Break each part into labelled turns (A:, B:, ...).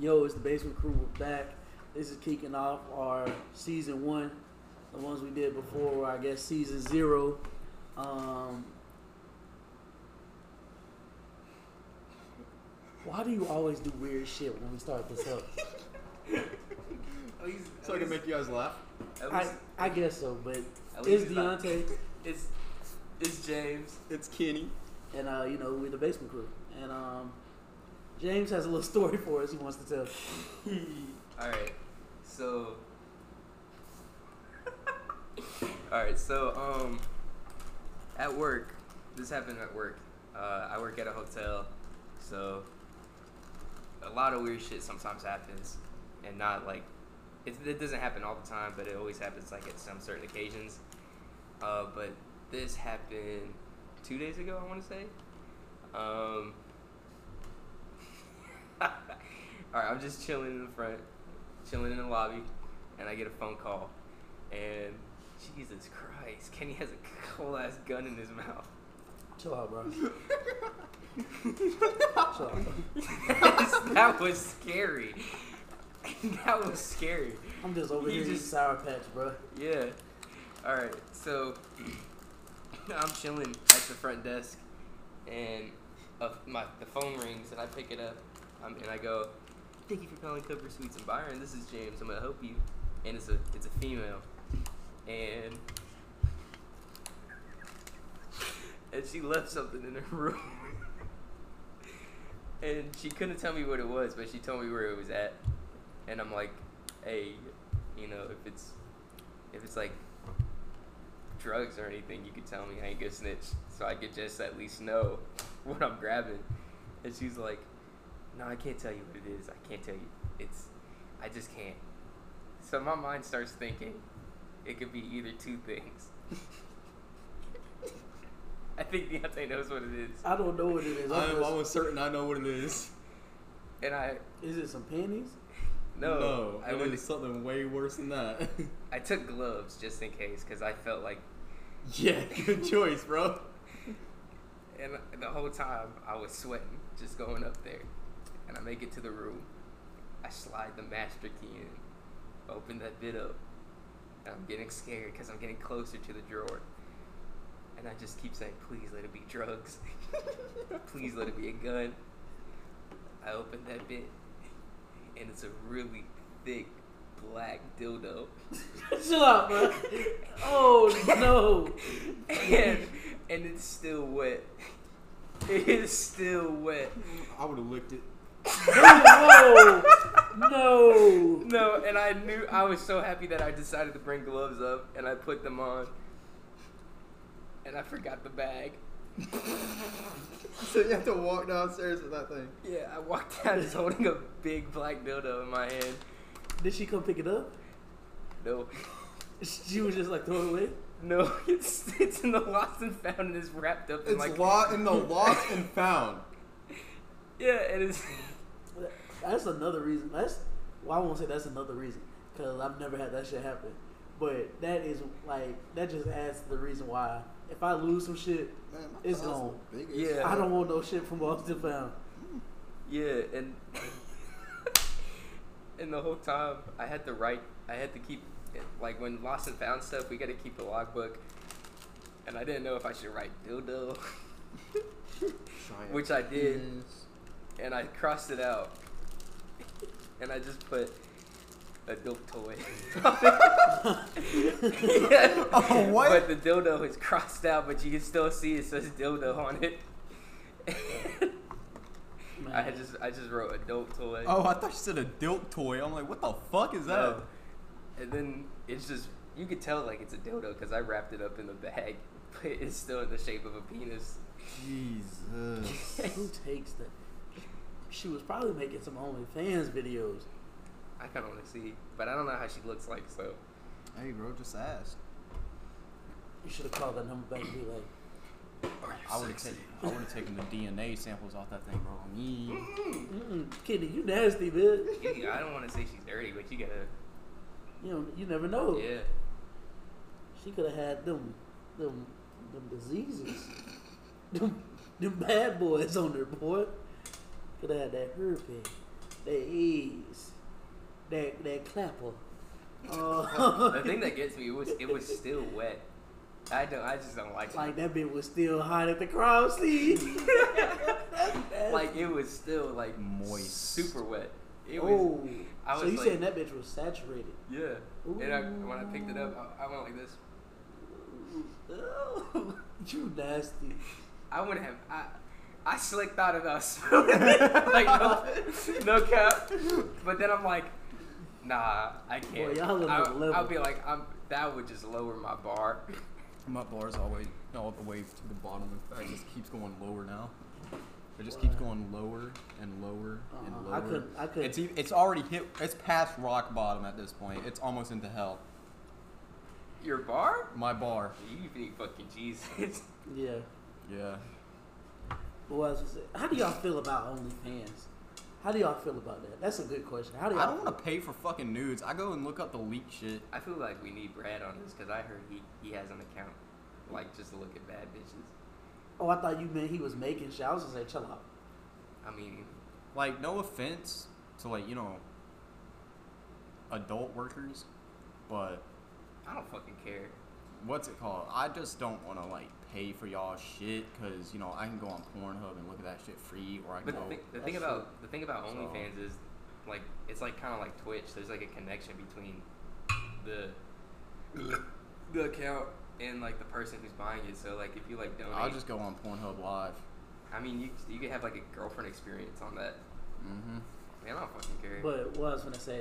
A: Yo, it's the Basement Crew. We're back. This is kicking off our season one. The ones we did before were, I guess, season zero. Um, why do you always do weird shit when we start this up?
B: At least,
C: So I
B: at
C: can
B: least,
C: make you guys laugh.
B: at
A: I,
B: least,
A: I guess so, but
B: at
A: it's
B: least it's not-
A: Deontay,
B: it's it's James.
C: It's Kenny.
A: and uh, you know we're the Basement Crew, and um, James has a little story for us he wants to tell.
B: All right, so. All right, so um, at work, this happened at work. Uh, I work at a hotel, so a lot of weird shit sometimes happens, and not like it, it doesn't happen all the time, but it always happens like at some certain occasions. Uh, but this happened two days ago, I want to say. Um, all right, I'm just chilling in the front, chilling in the lobby, and I get a phone call, and Jesus Christ, Kenny has a cool ass gun in his mouth.
A: Chill out, bro. Chill out.
B: that was scary. that was scary.
A: I'm just over
B: You
A: here eating
B: just-
A: sour patch, bro.
B: Yeah. All right. So I'm chilling at the front desk, and uh, my the phone rings, and I pick it up, um, and I go, "Thank you for calling Clipper Suites and Byron. This is James. I'm gonna help you." And it's a it's a female, and and she left something in her room. And she couldn't tell me what it was, but she told me where it was at. And I'm like, hey, you know, if it's if it's like drugs or anything, you could tell me. I ain't gonna snitch, so I could just at least know what I'm grabbing. And she's like, "No, I can't tell you what it is. I can't tell you. It's, I just can't." So my mind starts thinking, it could be either two things. I think Deontay knows what it is,
A: I don't know what it is. I'm
C: I'm
A: just-
C: almost certain I know what it is.
B: and I
A: Is it some panties?
B: no,
C: no
B: I
C: it
B: would
C: is something way worse than that.
B: I took gloves just in case because I felt like
C: yeah, good choice, bro.
B: And the whole time I was sweating just going up there. And I make it to the room. I slide the master key in, open that bit up. And I'm getting scared because I'm getting closer to the drawer. And I just keep saying, please let it be drugs. please let it be a gun. I open that bit. And it's a really thick black dildo.
A: Chill out, bro. Oh no.
B: and, and it's still wet. It is still wet.
C: I would have licked it.
A: No. No.
B: No, and I knew I was so happy that I decided to bring gloves up and I put them on. And I forgot the bag.
C: So you have to walk downstairs with that thing.
B: Yeah, I walked out just holding a big black dildo in my hand.
A: Did she come pick it up?
B: No,
A: She was just like throw it away.
B: no, it's it's in the lost and found and it's wrapped up in
C: It's
B: like
C: lost in the lost and found.
B: yeah, and it's
A: That's another reason. That's well, I won't say that's another reason because I've never had that shit happen. But that is like that just adds to the reason why if I lose some shit,
C: Man, my
A: It's
C: thighs
A: gone.
C: are big as
B: Yeah.
C: shit.
A: I don't want no shit from Austin Found.
B: Yeah, and and the whole time I had to write, I had to keep like when lost and found stuff, we got to keep a logbook, and I didn't know if I should write dildo,
C: Giant
B: which I did,
C: penis.
B: and I crossed it out, and I just put adult toy.
C: Oh, what?
B: But the dildo is crossed out, but you can still see it says dildo on it.
A: Man.
B: I had just I just wrote adult toy.
C: Oh, I thought you said a dilk toy. I'm like, what the fuck
A: Oh.
C: is that?
B: No. And then it's just you could tell like it's a dildo because I wrapped it up in the bag, but it's still in the shape of a penis.
C: Jesus.
A: who takes that? She was probably making some OnlyFans videos.
B: I kind of want to see, but I don't know how she looks like. So
C: hey, bro, just ask.
A: You should have called that number back and be like,
C: I would have taken. I would have taken the DNA samples off that thing, bro. Me.
A: Mm-mm, Kenny, you nasty, man.
B: you- I don't want to say she's dirty, but you gotta
A: You know, you never know.
B: yeah.
A: She could have had them, them, them diseases, them, them bad boys on her boy. Could have had that herpes. that ease, that that clapper. Uh,
B: the thing that gets me it was it was still wet. I don't. I just don't like
A: like
B: it.
A: that bitch was still hot at the crowd scene.
B: Like it was still like
C: Moist.
B: super wet. It was.
A: oh,
B: I
A: so
B: was
A: you
B: like-
A: saying that bitch was saturated?
B: Yeah.
A: Oh.
B: And I, when I picked it up, I, I went like this.
A: you nasty.
B: I wouldn't have. I, I slick thought about smoking it. like no, no cap. But then I'm like, nah, I can't.
A: y'all another
B: I,
A: level.
B: will be like, I'm. That would just lower my bar.
C: My bar's always all the way to the bottom. In fact, it just keeps going lower now. It just keeps
A: Wow.
C: going lower and lower Uh-huh. and
A: Uh-uh.
C: lower.
A: I couldn't. I couldn't.
C: It's ev- it's already hit. It's past rock bottom at this point. It's almost into hell.
B: Your bar?
C: My bar.
B: You think fucking Jesus?
A: yeah.
C: Yeah.
A: What else was it? How do y'all feel about OnlyFans? How do y'all feel about that? That's a good question. How do y'all?
C: I don't want to pay for fucking nudes. I go and look up the leak shit.
B: I feel like we need Brad on this because I heard he he has an account, like just to look at bad bitches.
A: Oh, I thought you meant he was making shit. I was gonna say, chill out.
B: I mean,
C: Like, no offense to like you know adult workers, but
B: I don't fucking care.
C: what's it called? I just don't want to like pay for y'all shit because you know I can go on Pornhub and look at that shit free, or I can
B: But
C: go.
B: the, thi- the thing
A: that's
B: about the thing about
C: So-
B: OnlyFans is, like, it's like kind of like Twitch. There's like a connection between the the account and like the person who's buying it. So like, if you like donate,
C: I'll just go on Pornhub Live.
B: I mean, you you could have like a girlfriend experience on that.
C: Mm-hmm.
B: Man, I don't fucking care.
A: But what I was gonna say,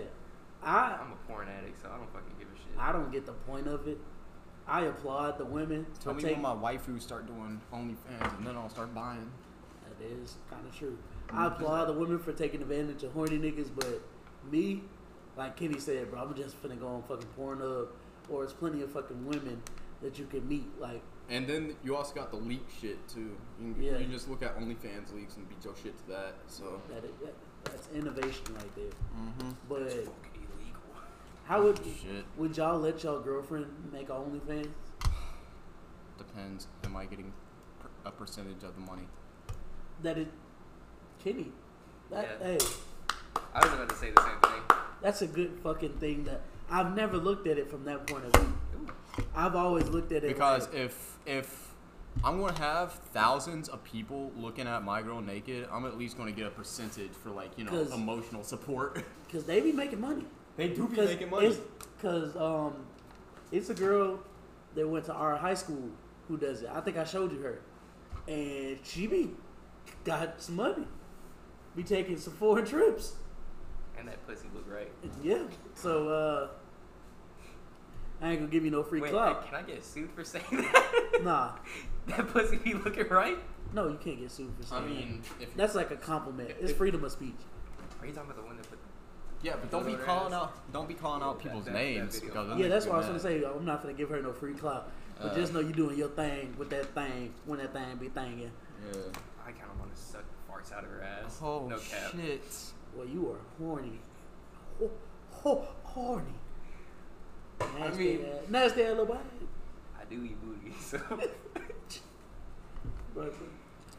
A: I
B: I'm a porn addict, so I don't fucking give a shit.
A: I don't get the point of it. I applaud the women.
C: Tell
A: I
C: me
A: take,
C: when my waifu start doing OnlyFans, and then I'll start buying.
A: That is kind of true. I applaud the women for taking advantage of horny niggas, but me, like Kenny said, bro, I'm just finna go on fucking Pornhub, or it's plenty of fucking women that you can meet. Like,
C: And then you also got the leak shit too. You can,
A: Yeah.
C: you can just look at OnlyFans leaks and beat your shit to that. So.
A: that, that that's innovation right there.
C: Mm-hmm.
B: It's
A: But
B: fucking illegal.
A: how would
C: Shit
A: would y'all let y'all girlfriend make a OnlyFans?
C: depends. Am I getting per- a percentage of the money?
A: That is Kenny. That
B: Yeah.
A: hey,
B: I was about to say the same thing.
A: that's a good fucking thing that I've never looked at it from that point of view. I've always looked at it
C: Because
A: like,
C: if if I'm gonna have thousands of people looking at my girl naked, I'm at least gonna get a percentage for like you know
A: 'Cause-
C: emotional support.
A: because they be making money.
C: they do be
A: Cause
C: making money.
A: It's, Cause um, it's a girl that went to our high school who does it. I think I showed you her, and she be got some money. Be taking some foreign trips.
B: And that pussy look right.
A: Yeah. So uh, I ain't gonna give you no free
B: Wait,
A: clout.
B: can I get sued for saying that?
A: Nah,
B: that pussy be looking right.
A: no, you can't get sued for
C: I
A: saying
C: mean, if
A: that. That's like a compliment. It's freedom of speech.
B: Are you talking about the one that put?
C: yeah, but don't be
B: Whatever it is.
C: calling out don't be calling out
B: That-
C: people's
B: that- that
C: names
B: video.
C: because then
A: Yeah,
C: they
A: that's
C: get
A: what I was
C: mad.
A: gonna say. I'm not gonna give her no free clout, but
C: Uh.
A: just know you doing your thing with that thing when that thing be thinging.
C: Yeah.
B: I kind of want to suck the farts out of her ass.
C: Oh
B: no cap.
A: Mm-hmm.
C: shit!
A: Well, you are horny. Ho, ho, horny. Nasty
B: I mean-
A: ass, nasty ass little body.
B: I do eat booty, so
A: But,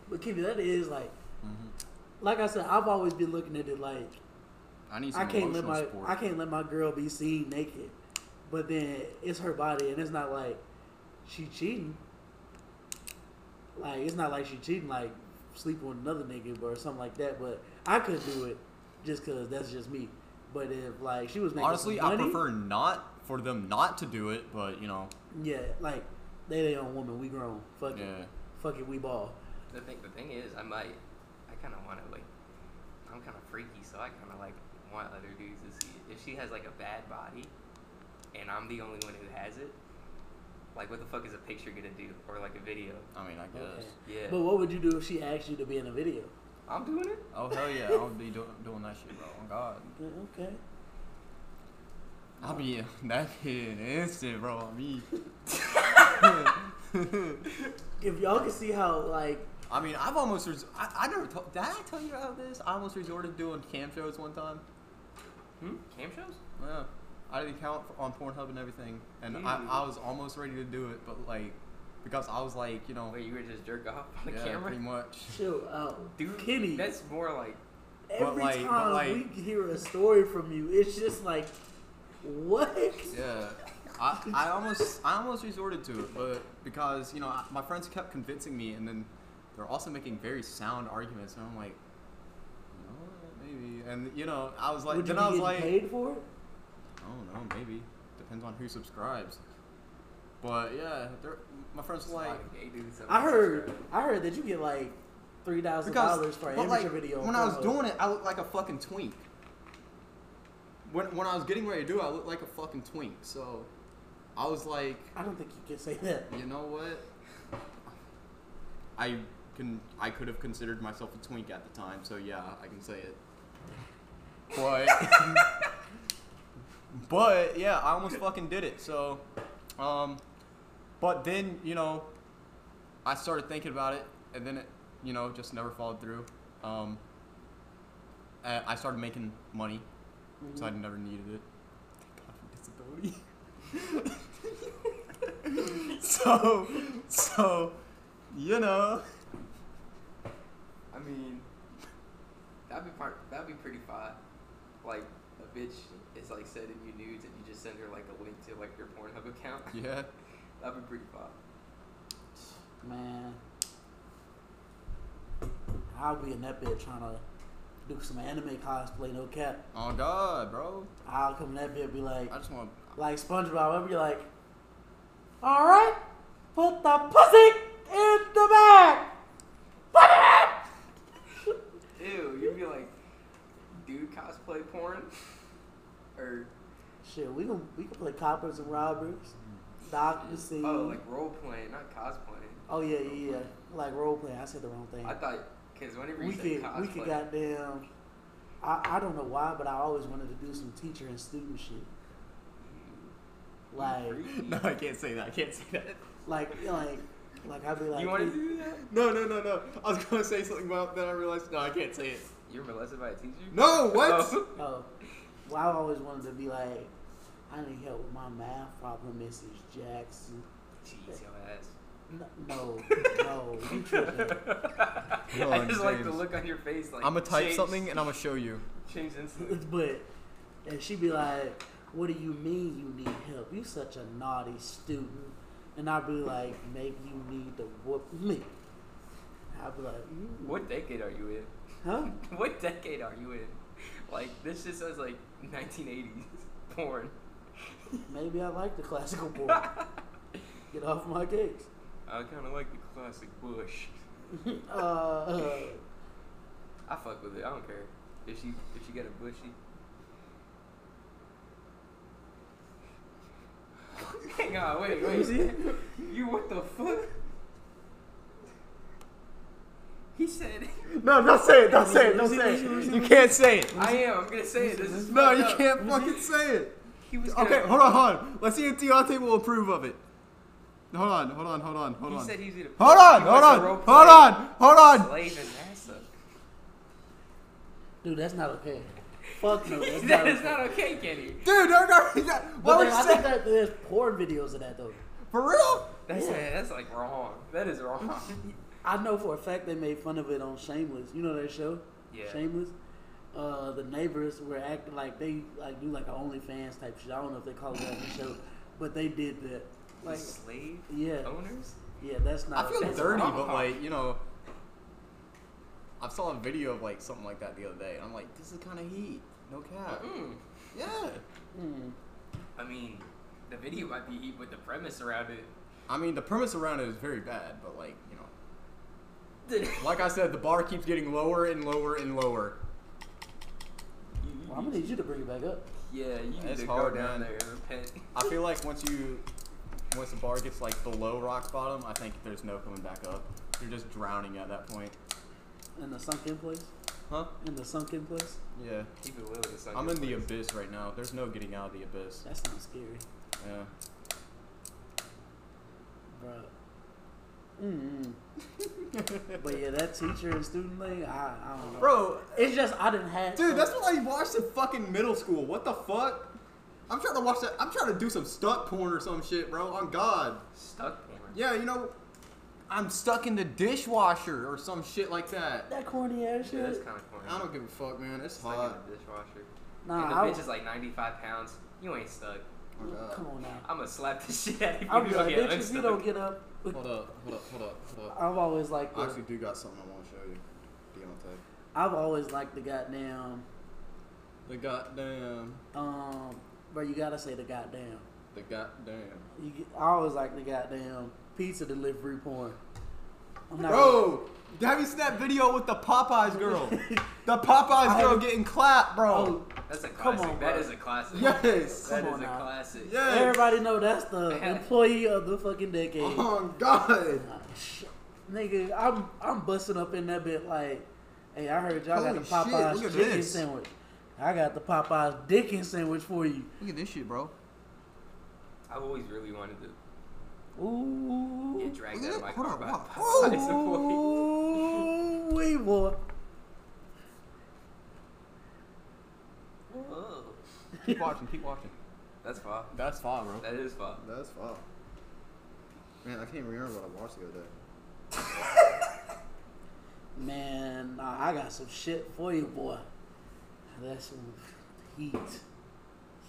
A: but Kenny, that is like,
C: Mhm.
A: like I said, I've always been looking at it like
C: I need some
A: I can't let
C: emotional
A: my
C: support.
A: I can't let my girl be seen naked, but then it's her body, and it's not like she cheating. Like it's not like she cheating, like sleep with another nigga or something like that. But I could do it just because that's just me. But if like she was making
C: Honestly,
A: some
C: I
A: money,
C: prefer not for them not to do it, but you know,
A: Yeah, like they they own woman. We grown. Fuck
C: yeah.
A: it. Fuck it. We ball.
B: the thing the thing is, I might, I kind of want to like, I'm kind of freaky, so I kind of like want other dudes to see it. If she has like a bad body, and I'm the only one who has it, like what the fuck is a picture gonna do, or like a video?
C: I mean, I guess.
A: Okay.
B: Yeah,
A: But what would you do if she asked you to be in a video?
B: I'm doing it.
C: Oh hell yeah! I'll be do- doing that shit, bro. Oh god.
A: Uh, Okay.
C: I'll be that hit an instant, bro. Me.
A: If y'all can see how like
C: I mean, I've almost. Res- I, I never. To- Did I tell you about this? I almost resorted to doing cam shows one time.
B: Hmm? Cam shows?
C: Yeah. I did an account on Pornhub and everything, and I,
B: Mm.
C: I was almost ready to do it, but like, because I was like,
B: Oh,
C: you know,
B: Wait, you were just jerk off on the
C: yeah,
B: camera?
C: pretty much.
A: chill out,
B: Dude,
A: Kenny.
B: that's more like
A: every
C: like- but
A: time
C: like-
A: we hear a story from you, it's just like, what?
C: Yeah. I, I almost I almost resorted to it, but because you know I- my friends kept convincing me, and then they're also making very sound arguments, and I'm like, no, maybe, and you know I was like,
A: Would you
C: then
A: be
C: I was
A: getting
C: like,
A: paid for it?
C: I don't know, maybe depends on who subscribes, but yeah, they're, my friends were like,
A: I heard, I heard that you get like three thousand dollars for an
C: but,
A: amateur
C: like,
A: video.
C: When I was
A: promo.
C: doing it, I looked like a fucking twink. When when I was getting ready to do it, I looked like a fucking twink. So I was like,
A: I don't think you can say that.
C: you know what? I can I could have considered myself a twink at the time, so yeah, I can say it. But But yeah, I almost fucking did it. So um but then, you know, I started thinking about it and then it, you know, just never followed through. Um I I started making money, so I never needed it. Thank God for disability. so, so, you know,
B: I mean, that'd be part. That'd be pretty fine. Like a bitch is like sending you nudes, and you just send her like a link to like your Pornhub account.
C: yeah,
B: that'd be pretty fine.
A: Man, I'll be in that bed trying to do some anime cosplay, no cap.
C: oh god, bro,
A: I'll come in that bed and be like,
C: I just want,
A: like SpongeBob, I'll be like, all right, put the pussy in the bag. Put it in.
B: Ew, you'd be like, dude, cosplay porn, or
A: Shit, we can we can play coppers and robbers, doctor scene.
B: oh, like role playing, not cosplaying.
A: oh yeah, yeah, yeah, like role play. I said the wrong thing.
B: I thought because whenever you
A: we
B: say
A: could
B: cosplay,
A: we could goddamn. I, I don't know why, but I always wanted to do some teacher and student shit.
B: Mm-hmm.
A: Like
B: freaky.
C: no, I can't say that, I can't say that,
A: like like like I'd be like
B: you want
A: "Hey,
B: to do that?
C: no, no, no, no, I was gonna say something about then I realized, no, I can't say it,
B: You're molested by a teacher?
C: no, what?
B: Oh.
A: oh, well I always wanted to be like I need help with my math problem, Mrs. Jackson.
B: Jeez, your ass.
A: No, no, no you tripping.
C: Hold
B: I
C: on,
B: just like the
C: James.
B: look on your face. Like
C: I'm gonna type
B: change-
C: something and I'm gonna show you,
B: Change instantly.
A: but and she'd be like, "What do you mean you need help? You such a naughty student." And I'd be like, "Maybe you need to whoop me." I'd be like, "Mm,
B: What decade are you
A: Huh?
B: in? What decade are you in? Like this just sounds like 1980s porn.
A: Maybe I like the classical boy.
B: I
A: Get off my case."
B: kind of like the classic Bush.
A: uh, uh,
B: I fuck with it. I don't care if she if she got a bushy. Hang on, wait, wait. you what the fuck? He said.
C: no, don't say it,
A: don't say it, don't say it.
C: you can't say it,
B: I am. I'm gonna say it. This is
C: no,
B: fucked
C: you
B: up.
C: can't fucking say it.
B: He was gonna,
C: Okay, hold on, hold on. Let's see if Deontay will approve of it. Hold on, hold on, hold on, hold
B: He
C: on.
B: said he's gonna.
C: Hold on,
B: he
C: hold
B: wants
C: on,
B: a role
C: hold on, hold
B: play
C: on.
B: Slave in
A: dude, that's not okay. Fuck no, that's
B: NASA.
A: not
B: that is
A: okay.
B: not okay, Kenny.
C: Dude, no, no, he got-
A: But
C: what
A: then
C: was
A: I think
C: saying?
A: that there's porn videos of that though.
C: For real?
B: That's that's like wrong. That is wrong.
A: I know for a fact they made fun of it on Shameless. You know that show?
B: Yeah.
A: Shameless. Uh, the neighbors were acting like they like do like an OnlyFans type shit. I don't know if they call it that on the show, but they did that.
B: Like
A: Like,
B: slave
A: yeah,
B: owners.
A: yeah, that's not.
C: I feel
A: that's
C: dirty,
A: wrong.
C: but like you know, I saw a video of like something like that the other day, and I'm like, this is kind of heat. No cap.
B: Mm.
C: Yeah.
A: Mm.
B: I mean, the video might be heat with the premise around it.
C: I mean, the premise around it is very bad, but like you know, like I said, the bar keeps getting lower and lower and lower.
A: Well, I'm gonna need you to bring it back up.
B: yeah, you need
C: That's
B: to
C: hard,
B: go down
C: man.
B: there and repent.
C: I feel like once you, once the bar gets like below rock bottom, I think there's no coming back up. You're just drowning at that point.
A: In the sunken place.
C: Huh?
A: In the sunken place.
C: Yeah.
B: Keep it low in the sun.
C: I'm in the abyss right now. There's no getting out of the abyss.
A: That sounds scary,
C: Yeah.
A: bro. Mm. but yeah, that teacher and student thing, I, I don't know.
C: Bro,
A: it's just I didn't have.
C: dude, that's what I watched in fucking middle school. What the fuck? I'm trying to watch that. I'm trying to do some stunt porn or some shit, bro. On God.
B: Stuck porn.
C: Yeah, you know, I'm stuck in the dishwasher or some shit like that.
A: That corny ass
B: Yeah, that's
A: shit.
B: kind of corny.
C: I don't give a fuck, man. It's
B: Stuck in
C: hot.
B: the dishwasher. and the
A: Nah, I,
B: bitch is like 95 pounds. You ain't stuck.
C: Oh my God.
A: come on now.
B: I'm gonna slap the shit out of you.
A: I'm
B: if you
A: like,
B: get
A: bitch, if you
B: unstuck.
A: don't get up,
C: Hold up, hold up, hold up, hold up.
A: I've always liked
C: I
A: the,
C: actually do got something I want to show you, Deontay.
A: I've always liked the goddamn,
C: The goddamn,
A: um, bro, you gotta say the goddamn.
C: the goddamn.
A: You get, I always like the goddamn pizza delivery porn. I'm not
C: Bro, have you seen that video with the Popeyes girl? the Popeyes girl getting clapped,
A: Oh,
C: bro.
B: That's a
A: Come
B: classic.
A: on,
B: that
A: bro.
B: is a classic.
C: Yes.
B: That is
A: Come on
B: a
A: now.
B: classic.
C: Yes.
A: Everybody know that's the employee of the fucking decade.
C: Oh God.
A: Nah, sh- Nigga, I'm I'm busting up in that bit like, hey, I heard y'all
C: Holy
A: got the
C: shit,
A: Popeyes
C: look at
A: chicken
C: this.
A: sandwich. I got the Popeyes Dickens sandwich for you.
C: Look at this shit, bro.
B: I've always really wanted to
A: Ooh,
B: get dragged
C: Look
B: out
C: at
B: of my
C: that. Hold
B: car
C: on,
B: by
C: wow.
B: Popeyes employees.
A: ooh, we boy.
B: Whoa.
C: Keep watching, keep watching.
B: That's far.
C: That's fine, bro.
B: That is far.
C: That's fine. Man, I can't remember what I watched the other day.
A: Man, nah, I got some shit for you, boy. That's some heat,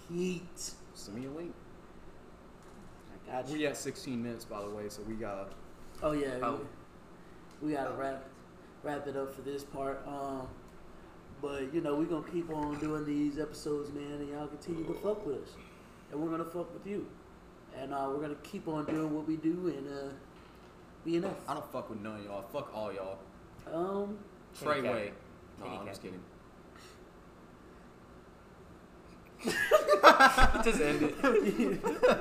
A: heat.
C: Send me a link.
A: I got you.
C: We at 16 minutes, by the way, so we gotta.
A: Oh yeah, we-
B: Oh.
A: we gotta wrap wrap it up for this part. Um, but you know we gonna keep on doing these episodes, man, and y'all continue to fuck with us, and we're gonna fuck with you, and uh, we're gonna keep on doing what we do and uh, being us.
C: I don't fuck with none of y'all. Fuck all y'all.
A: Um,
C: Trey
B: Kitty cat.
C: Way. No,
B: Kitty
C: I'm
B: cat.
C: just
B: Just
C: kidding.
B: end it.